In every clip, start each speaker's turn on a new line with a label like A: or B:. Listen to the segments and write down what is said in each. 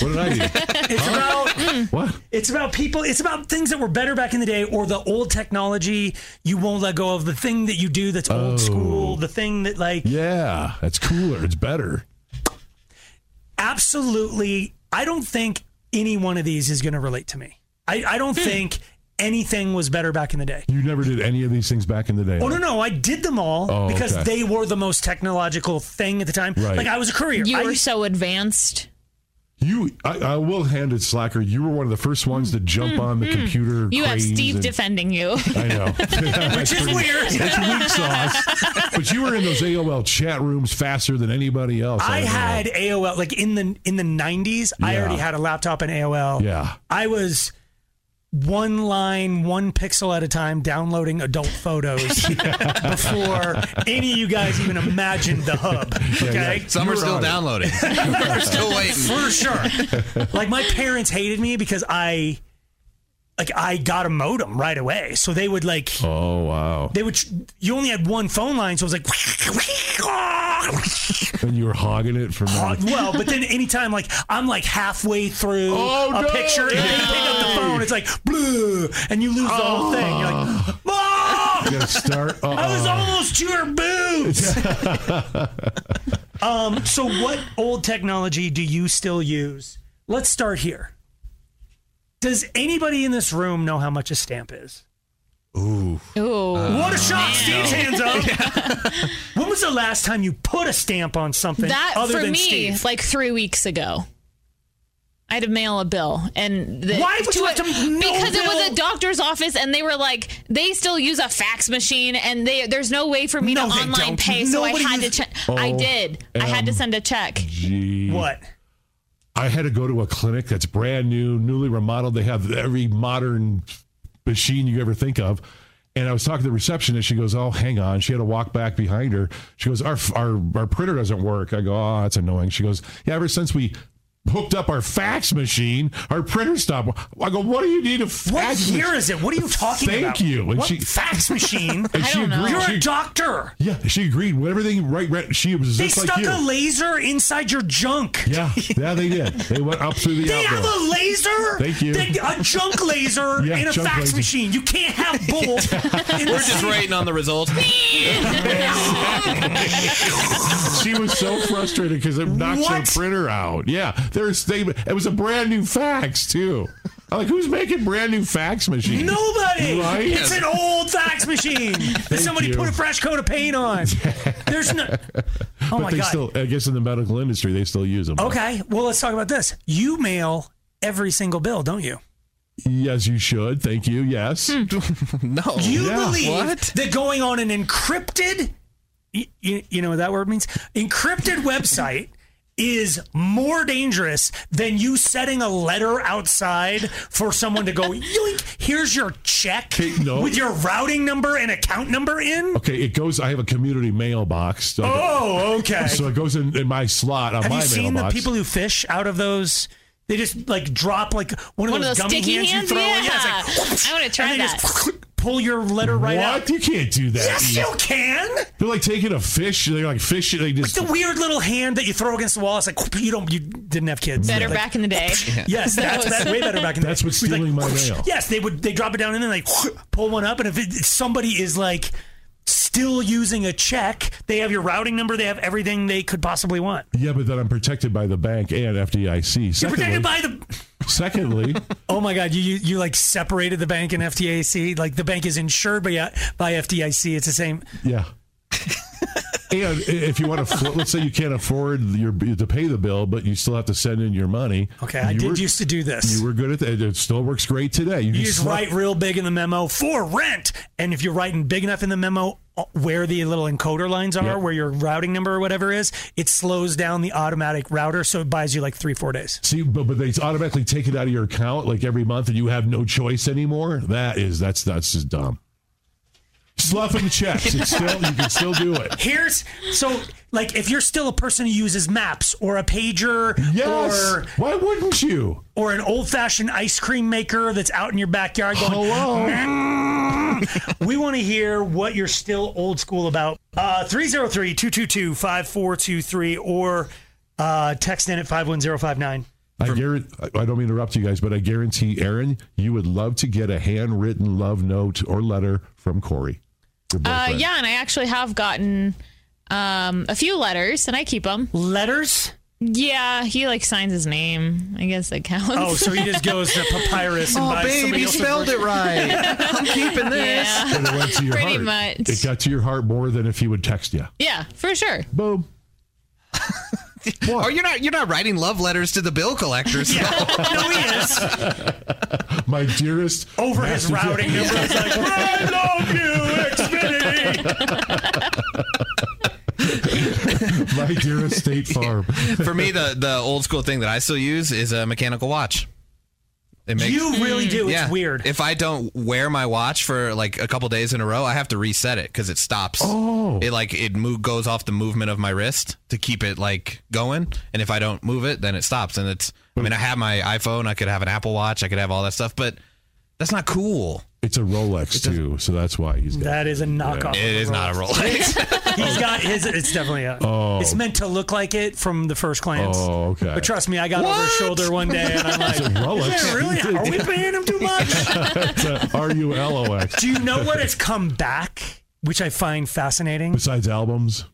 A: What did I do?
B: It's about
A: what?
B: it's about people. It's about things that were better back in the day, or the old technology you won't let go of. The thing that you do that's
A: Oh.
B: old school. The thing that like
A: Yeah, that's cooler. It's better.
B: absolutely. I don't think any one of these is going to relate to me. I, I
A: Hmm.
B: don't think anything was better back in the day.
A: You never did any of these things back in the day.
B: Oh no, no, I did them all
A: Oh,
B: because
A: okay.
B: they were the most technological thing at the time.
A: Right.
B: Like I was a courier.
C: You
B: I
C: were
B: used-
C: so advanced.
A: You, I, I will hand it slacker. You were one of the first ones to jump on the computer.
C: Mm, You have
A: cranes
C: Steve
A: and-
C: defending you.
A: I know, which
B: is weird.
A: That's weak sauce. But you were in those AOL chat rooms faster than anybody else.
B: I
A: don't know.
B: had AOL like in the in the 90s. I
A: Yeah.
B: already had a laptop and AOL.
A: Yeah.
B: I was one line, one pixel at a time downloading adult photos before any of you guys even imagined the hub. Okay.
D: Some are still
A: on it.
D: downloading. We're still waiting.
B: For sure. like my parents hated me because I like I got a modem right away. So they would like
A: Oh wow!
B: they would you only had one phone line, so it was like
A: And you were hogging it from.
B: Uh, well, but then anytime like I'm like halfway through
A: Oh,
B: a
A: no!
B: picture and then you pick up the phone, it's like blue, and you lose the whole thing. You're
A: Oh.
B: like,
A: You
B: Mom,
A: gotta start. Uh,
B: I was almost to your boobs. um, so what old technology do you still use? Let's start here. Does anybody in this room know how much a stamp is?
C: Ooh.
B: what a shock! Steve's hands up. when was the last time you put a stamp on something
C: that
B: other
C: for
B: than
C: me,
B: Steve?
C: like three weeks ago. I had to mail a bill, and the,
B: Why would you have to mail
C: Because it was
B: bill?
C: a doctor's office, and they were like, they still use a fax machine, and they there's no way for me
B: No,
C: to
B: they
C: online
B: don't.
C: pay, so I
B: Nobody
C: had to.
B: uses-
C: check. I did. I had to send a check.
A: Gee.
B: what?
A: I had to go to a clinic that's brand new, newly remodeled. They have every modern machine you ever think of. And I was talking to the receptionist. She goes, "Oh, hang on." She had to walk back behind her. She goes, "Our our our printer doesn't work." I go, "Oh, that's annoying." She goes, "Yeah, ever since we." Hooked up our fax machine, our printer stopped. I go, what do you need a fax?
B: What year
A: mach-"
B: is it? What are you talking
A: Thank
B: about?
A: you. And
B: what
A: she-
B: fax machine?
A: And
C: I
A: she
C: don't know.
A: agreed.
B: You're
A: She,
B: a doctor.
A: yeah, she agreed. With everything right, right. She was
B: They
A: just like
B: stuck
A: you.
B: a laser inside your junk.
A: yeah, yeah, they did. They went up through the
B: They
A: outdoor.
B: have a laser.
A: Thank you.
B: They- a junk laser
A: Yeah,
B: in a
A: junk
B: fax
A: laser.
B: machine. You can't have both. in the
D: We're just
B: same-
D: waiting on the results.
A: She was so frustrated because it knocked
B: What?
A: her printer out. Yeah, there's they. It was a brand new fax too. I'm like, who's making brand new fax machines?
B: Nobody.
A: Right?
B: It's an old fax machine that somebody
A: you.
B: put a fresh coat of paint on. There's no. Oh
A: but
B: my
A: they
B: god.
A: still, I guess, in the medical industry, they still use them.
B: okay. Well, let's talk about this. You mail every single bill, don't you?
A: Yes, you should. Thank you. Yes.
B: Hmm.
D: No.
B: You
A: Yeah.
B: believe
D: What?
B: that going on an encrypted, you, you know what that word means? Encrypted website is more dangerous than you setting a letter outside for someone to go, yoink, here's your check
A: Okay, no.
B: with your routing number and account number in?
A: Okay. It goes. I have a community mailbox. So,
B: Oh, okay.
A: so it goes in, in my slot on
B: Have
A: my
B: you seen
A: mailbox.
B: the people who fish out of those? They just like drop like one of
C: One of
B: those
C: those
B: gummy
C: sticky
B: hands,
C: hands?
B: you throw.
C: Yeah.
B: in. it's like,
C: I wanna try
B: and they
C: that.
B: Just pull your letter right
A: what?
B: out.
A: You can't do that.
B: Yes, you can.
A: They're like taking a fish. They're like fish. They just.
B: The weird little hand that you throw against the wall. It's like whoop, you don't. You didn't have kids.
C: Better
B: Like,
C: back in the day.
B: Yes, that's
C: Those.
B: that, way better back in. the
A: That's
B: day.
A: what's
B: Like,
A: stealing my mail.
B: Yes, they would. They drop it down and then like whoop, pull one up, and if, it, if somebody is like still using a check. They have your routing number. They have everything they could possibly want.
A: Yeah, but then I'm protected by the bank and FDIC.
B: You're
A: Secondly,
B: protected by the.
A: secondly
B: Oh my God! You, you you like separated the bank and FDIC. Like the bank is insured by by FDIC. It's the same.
A: yeah. and i- if you want to, flo- let's say you can't afford your to pay the bill, but you still have to send in your money.
B: Okay, I
A: You
B: did
A: were-
B: used to do this.
A: You were good at that. It still works great today. You,
B: You
A: can
B: just
A: slap-
B: write real big in the memo for rent. And if you're writing big enough in the memo uh, where the little encoder lines are,
A: Yep.
B: where your routing number or whatever is, it slows down the automatic router. So it buys you like three, four days.
A: See, but, but they automatically take it out of your account like every month, and you have no choice anymore. That is that's that's just dumb. Sloughing checks. It's still you can still do it.
B: Here's so like if you're still a person who uses maps or a pager
A: Yes.
B: or
A: Why wouldn't you?
B: or an old fashioned ice cream maker that's out in your backyard going, "Mm."
A: Hello.
B: we want to hear what you're still old school about. Uh, 303 222 5423 or uh, text in at 51059.
A: I guarantee. I don't mean to interrupt you guys, but I guarantee, Aaron, you would love to get a handwritten love note or letter from Corey. your
C: Uh,
A: boyfriend.
C: yeah, and I actually have gotten um, a few letters, and I keep them.
B: Letters?
C: Yeah, he like signs his name. I guess that counts.
B: Oh, so he just goes to papyrus and
D: Oh,
B: buys
D: babe,
B: somebody
D: you
B: else's
D: spelled
B: work.
D: it right. I'm keeping this.
C: yeah,
A: And it went to your
C: Pretty
A: heart.
C: much.
A: It got to your heart more than if he would text you.
C: yeah, for sure.
A: Boom.
D: Or Oh, you're not you're not writing love letters to the bill collectors.
B: No, he is.
A: My dearest.
B: Over his
A: master-
B: routing number. It's like, I love you, Xfinity.
A: My dearest State Farm.
D: For me, the the old school thing that I still use is a mechanical watch. It makes
B: You really do.
D: yeah.
B: It's weird.
D: If I don't wear my watch for like a couple days in a row, I have to reset it because it stops.
A: Oh.
D: it like it move, goes off the movement of my wrist to keep it like going. And if I don't move it, then it stops. And it's I mean, I have my iPhone. I could have an Apple Watch. I could have all that stuff, but that's not cool.
A: It's a Rolex too, so that's why he's got.
B: That is a knockoff.
D: It is not a Oh, Rolex.
B: He's got his. It's definitely a. It's meant to look like it from the first glance.
A: Oh, okay.
B: But trust me, I got over his shoulder one day, and I'm like,
A: Rolex.
B: "Is that really? Are we paying him too much?"
A: It's a R U L O X.
B: Do you know what has come back, which I find fascinating?
A: Besides albums,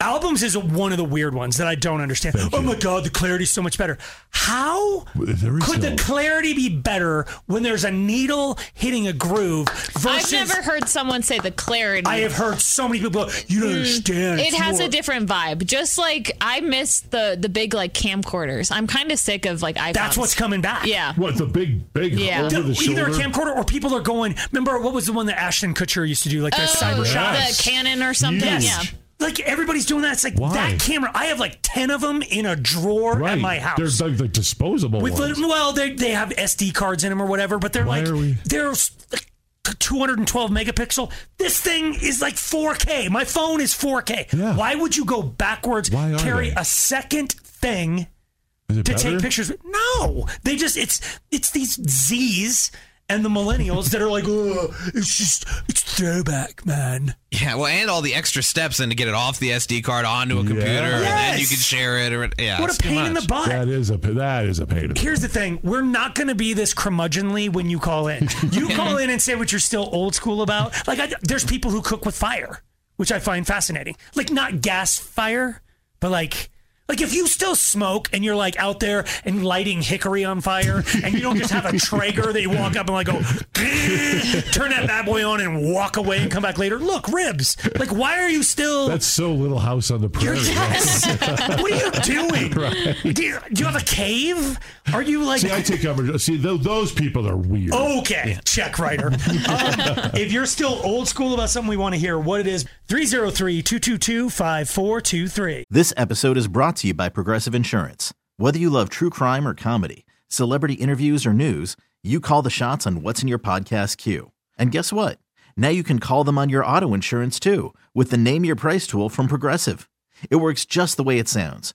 B: Albums is one of the weird ones that I don't understand.
A: Thank
B: oh
A: you.
B: my god, the clarity's so much better. How
A: there is
B: could
A: no-
B: the clarity be better when there's a needle hitting a groove versus?
C: I've never heard someone say the clarity.
B: I have heard so many people. go, You don't understand.
C: Hmm. it
B: it's
C: has
B: more-"
C: a different vibe. Just like I miss the the big like camcorders. I'm kind of sick of like iPhones.
B: That's what's coming back.
C: Yeah.
A: what the big, big
C: Yeah.
A: over the
B: either
A: shoulder?
B: a camcorder or people are going. Remember what was the one that Ashton Kutcher used to do, like the cyber
C: Oh, the
B: shot?
A: Yes.
C: Canon or something.
A: Huge.
C: Yeah.
B: Like everybody's doing that. It's like
A: Why?
B: that camera. I have like ten of them in a drawer
A: right.
B: at my house.
A: They're like the disposable
B: with
A: ones.
B: little, well, they they have SD cards in them or whatever, but they're
A: Why
B: like
A: are we-
B: they're s- like 212 megapixel. This thing is like 4K. My phone is 4K.
A: Yeah.
B: Why would you go backwards?
A: Why are
B: carry
A: they?
B: a second thing
A: Is it
B: to
A: better?
B: take pictures. No, they just it's it's these Z's and the millennials that are like, oh, it's just it's throwback, man.
D: yeah, well, and all the extra steps then to get it off the SD card onto a computer, and then you
B: Yes.
D: can share it. Or yeah,
B: what
D: it's
B: a
D: too
B: pain in the
D: much.
B: butt.
A: That is a that is a pain. in the-
B: Here's the thing: we're not going to be this curmudgeonly when you call in. You call in and say what you're still old school about. Like, I, there's people who cook with fire, which I find fascinating. Like, not gas fire, but like. Like if you still smoke and you're like out there and lighting hickory on fire, and you don't just have a Traeger that you walk up and like go, turn that bad boy on and walk away and come back later. Look, ribs. Like why are you still?
A: That's so little house on the prairie.
B: Yes. what are you doing? Do, you, do you have a cave? Are you like Oh,
A: See, I take cover. See, tho- those people are weird.
B: Okay, check writer. um, if you're still old school about something we want to hear, what it is, 303 222 5423.
E: This episode is brought to you by Progressive Insurance. Whether you love true crime or comedy, celebrity interviews or news, you call the shots on what's in your podcast queue. And guess what? Now you can call them on your auto insurance too with the Name Your Price tool from Progressive. It works just the way it sounds.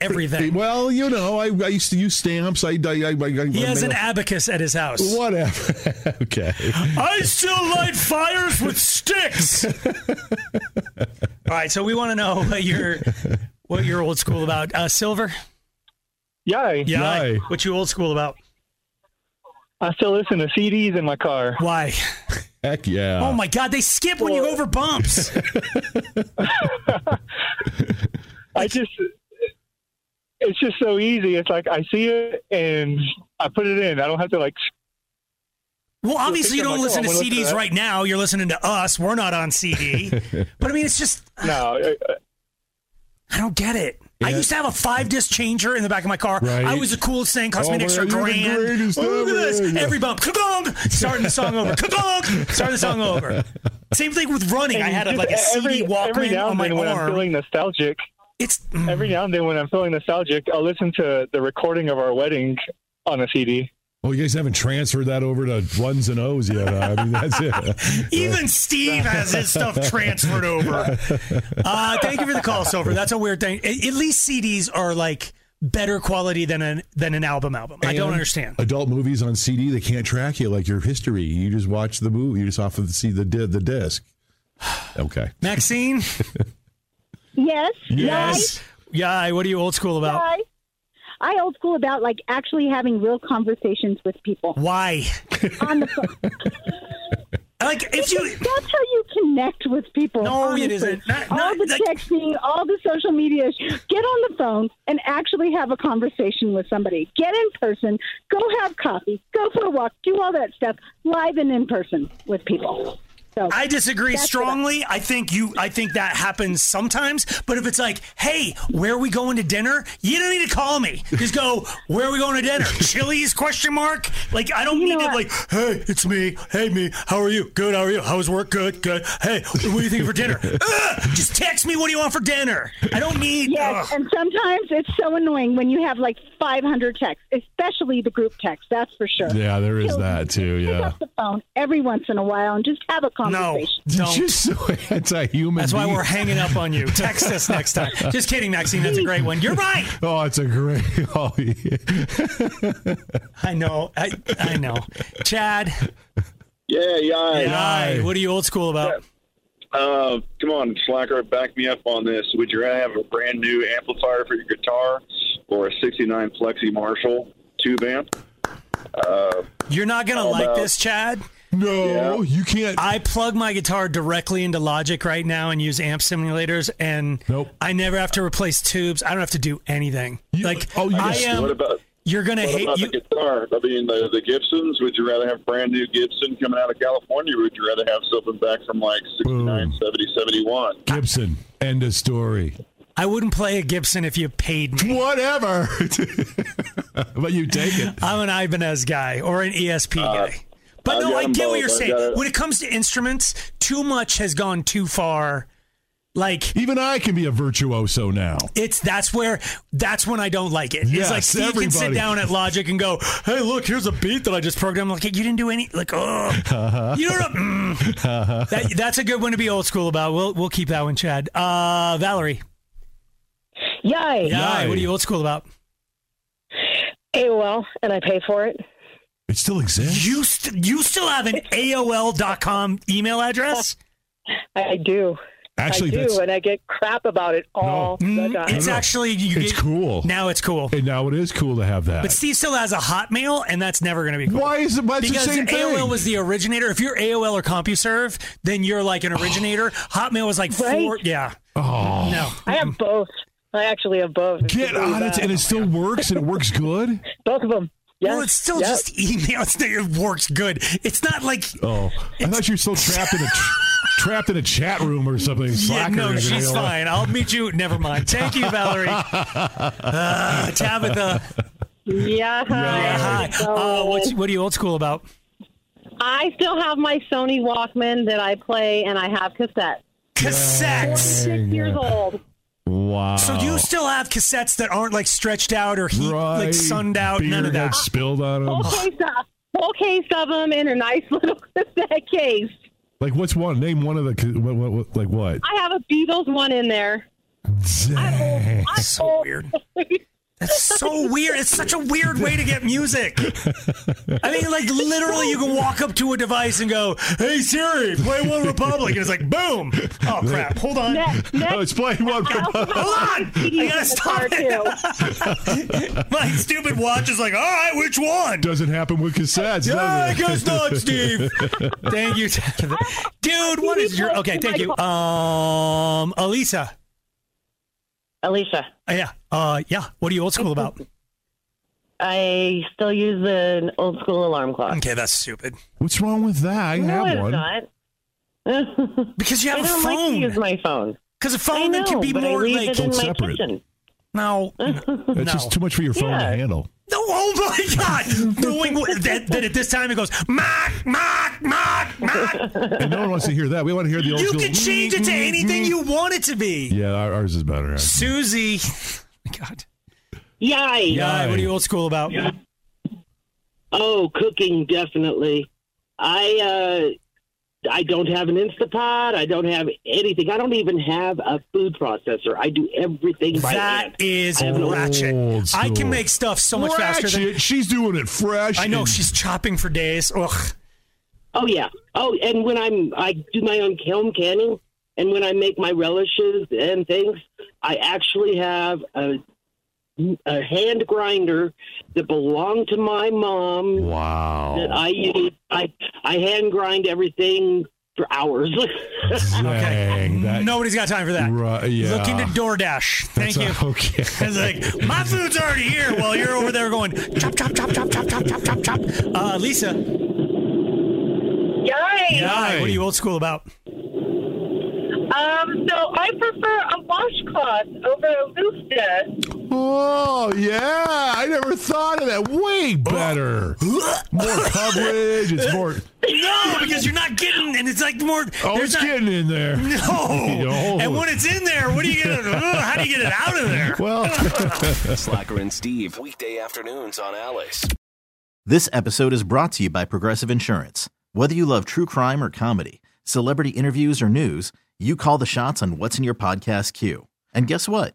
B: everything.
A: Well, you know, I, I used to use stamps. I, I, I, I
B: He has an
A: I-
B: abacus at his house.
A: Whatever. okay.
B: I still light fires with sticks. All right, so we want to know what you're what you're old school about. Uh, Silver,
D: Yay.
B: yeah,
A: Yay.
B: what you old school about?
D: I still listen to CDs in my car.
B: Why?
A: Heck yeah.
B: oh my God, they skip when you go over bumps.
D: I just, it's just so easy. It's like I see it and I put it in. I don't have to like.
B: Well, obviously you
D: think I'm
B: don't
D: like, oh,
B: listen to
D: I'm gonna listen to
B: CDs
D: that.
B: right now. You're listening to us. We're not on CD. but I mean, it's just
D: No, uh, uh,
B: I don't get it. I
A: Yeah.
B: used to have a five disc changer in the back of my car.
A: Right.
B: I was the coolest thing. Cost
A: Oh,
B: me an
A: man,
B: extra
A: you're the
B: grand.
A: greatest
B: Oh, look at
A: ever.
B: this.
A: Yeah.
B: Every bump, ka-gong, starting the song over. Ka-gong, starting the song over. Same thing with running. I had a,
D: just
B: like a
D: every,
B: CD
D: every
B: Walkman
D: now
B: on
D: and
B: my
D: then when I'm
B: arm.
D: feeling nostalgic.
B: It's mm,
D: Every now and then when I'm feeling nostalgic, I'll listen to the recording of our wedding on a CD.
A: Oh, you guys haven't transferred that over to ones and O's yet. huh? I mean, that's it.
B: even Steve has his stuff transferred over. Uh, thank you for the call, Silver. That's a weird thing. A- At least CDs are like better quality than an than an album album. I don't
A: And
B: understand.
A: Adult movies on CD, they can't track you like your history. You just watch the movie. You just off of the, see the di- the disc. Okay.
B: Maxine,
F: Yes.
B: yeah. What are you old school about?
F: Why? I old school about like actually having real conversations with people
B: Why?
F: on the phone.
B: Like if you
F: That's how you connect with people.
B: No, it
F: honestly.
B: isn't. Not-
F: all
B: not-
F: the
B: like-
F: texting, all the social media. sh- Get on the phone and actually have a conversation with somebody. Get in person. Go have coffee. Go for a walk. Do all that stuff live and in person with people. So
B: I disagree
F: That's what I-
B: strongly. I think you I think that happens sometimes, but if it's like, "Hey, where are we going to dinner?" You don't need to call me. Just go, "Where are we going to dinner?" Chili's question mark? Like I don't need
F: know
B: to
F: what?
B: like, "Hey, it's me. Hey me. How are you? Good. How are you? How was work? Good. Good. Hey, what do you think for dinner?" Ugh, just text me what do you want for dinner. I don't need
F: Yes,
B: ugh.
F: and sometimes it's so annoying when you have like 500 texts, especially the group text. That's for sure.
A: Yeah, there is that too.
F: Pick
A: Yeah.
F: up the phone every once in a while and just have a
B: No.
F: conversation.
B: Don't.
A: Just so anti-human.
B: That's why
A: being.
B: we're hanging up on you. Text us next time. Just kidding, Maxine. That's a great one. You're right.
A: Oh, it's a great. Oh, yeah.
B: I know. I, I know. Chad,
D: Yeah, yeah.
B: Guy, what are you old school about?
D: Uh, come on, Slacker, back me up on this. Would you rather have a brand new amplifier for your guitar or a 69 Plexi Marshall tube amp?
B: You're not going to like this, Chad.
A: no, you can't.
B: I plug my guitar directly into Logic right now and use amp simulators, and
A: Nope.
B: I never have to replace tubes. I don't have to do anything.
A: You-
B: like,
A: oh, you
B: I
A: just-
B: am.
D: What about
B: you're going to
D: what
B: hate
D: about
B: you.
D: the guitar? I mean, the, the Gibsons. Would you rather have brand new Gibson coming out of California? Or would you rather have something back from like 69,
A: Boom.
D: 70, 71?
A: Gibson. End of story.
B: I wouldn't play a Gibson if you paid me.
A: Whatever. but you take it.
B: I'm an Ibanez guy or an ESP
D: Uh,
B: guy. But
D: I've
B: no,
D: got
B: I
D: 'em
B: get what
D: both.
B: you're
D: I've
B: saying.
D: got it.
B: When it comes to instruments, too much has gone too far. Like,
A: Even I can be a virtuoso now.
B: It's that's where that's when I don't like it. it's
A: Yes,
B: like Steve can sit
A: everybody.
B: down at Logic and go, "Hey, look, here's a beat that I just programmed." Like you didn't do any, like oh,
A: Uh-huh.
B: you know what? Mm. That, that's a good one to be old school about. We'll we'll keep that one, Chad. Uh, Valerie,
C: Yay.
B: yeah, what are you old school about?
C: AOL, and I pay for it.
A: It still exists.
B: You st- you still have an AOL.com email address?
C: I do.
A: Actually,
C: I
A: that's
C: do, and I get crap about Oh, it all the
B: Mm,
C: time.
B: it's actually you
A: it's
B: get-
A: cool.
B: now. It's cool,
A: and now it is cool to have that.
B: but Steve still has a Hotmail, and that's never going to be cool.
A: Why is it? Why it's the
B: because
A: same
B: AOL
A: thing?
B: was the originator. If you're AOL or CompuServe, then you're like an originator. Hotmail was like four.
C: Right.
B: Yeah.
A: oh,
B: No.
C: I have
B: Mm-hmm.
C: both. I actually have both. It's
A: get
C: really
A: on it,
C: bad.
A: and it still works, and it works good.
C: both of them. Yes.
B: Well, it's still
C: Yep.
B: just email. It's not, it works good. It's not like.
A: Oh, I thought you were still trapped in a tr trapped in a chat room or something.
B: Yeah,
A: Slacker
B: no,
A: is
B: she's
A: gonna-
B: fine. I'll meet you. Never mind. Thank you, Valerie. Uh, Tabitha. Yeah,
C: yeah.
B: hi. Uh,
A: Oh,
B: what, what are you old school about?
C: I still have my Sony Walkman that I play, and I have cassettes.
B: Cassettes.
C: Six years old.
A: Wow.
B: So do you still have cassettes that aren't like stretched out or heat, like sunned out?
A: Beer
B: None of
A: got
B: that. Oh.
A: spilled on
C: Whole
A: them.
C: case of whole case of them in a nice little cassette case.
A: Like what's one? Name one of the. What, what, what, like what?
C: I have a Beatles one in there.
B: That's so weird. That's so weird. It's such a weird way to get music. I mean, like literally, you can walk up to a device and go, "Hey Siri, play One Republic," and it's like, "Boom!" Oh crap! Hold on.
A: I was playing one.
B: Hold on! I gotta stop it. My stupid watch is like, all right, which one?
A: Doesn't happen with cassettes.
B: Yeah, I
A: does
B: guess
A: it?
B: not, Steve. Thank you, dude. What is your? Okay, thank you. Um, Alisa.
G: Alicia,
B: Uh, Yeah. Uh, yeah. What are you old school about?
G: I still use an old school alarm clock.
B: Okay, that's stupid.
A: What's wrong with that? I
G: no,
A: have
G: it's
A: one.
G: Not.
B: because you have
G: I
B: a
G: don't like
B: phone.
G: to use my phone.
B: Because a phone that can be
G: but
B: more
G: I leave
B: like-
G: it in
B: Don't
G: my
B: separate.
G: kitchen.
B: No. That's
A: That's just too much for your phone
B: Yeah.
A: to handle.
B: No, oh my God! Knowing what- that, that at this time it goes, mock, mock, mock, mock.
A: And no one wants to hear that. We want to hear the old
B: You
A: school. mm,
B: can change it to anything you want it to be.
A: Yeah, our- ours is better.
B: Susie. God.
H: Yay.
B: Yay. What are you old school about?
H: Oh, cooking definitely. I uh, I don't have an Instapot. I don't have anything. I don't even have a food processor. I do everything by hand.
B: That is
H: I have an-
B: ratchet.
A: Old
B: I
A: school.
B: can make stuff so much faster than
A: Ratchet. She's doing it fresh.
B: I know
A: and-
B: she's chopping for days. Ugh.
H: Oh yeah. Oh, and when I'm I do my own kiln canning, and when I make my relishes and things, I actually have a a hand grinder that belonged to my mom.
A: Wow.
H: That I use. I I hand grind everything for hours.
A: Dang, that-
B: Nobody's got time for that.
A: Right, yeah.
B: Look into DoorDash. Thank
A: That's
B: you.
A: okay.
B: It's like my food's already here while you're over there going chop chop chop chop chop chop chop chop chop. Uh, Lisa.
I: Yay!
B: Yay. What are you old school about?
I: Um, so I prefer a washcloth over a loofah.
A: Oh yeah, I never thought of that. Way better. more coverage. It's more.
B: No, because you're not getting, and it's like more.
A: Oh,
B: there's
A: it's
B: not-
A: getting in there.
B: No.
A: Yo.
B: and when it's in there, what are you gonna? ugh, how do you get it out of there?
A: Well,
J: Slacker and Steve, weekday afternoons on Alice.
E: This episode is brought to you by Progressive Insurance. Whether you love true crime or comedy, celebrity interviews or news, you call the shots on what's in your podcast queue. And guess what?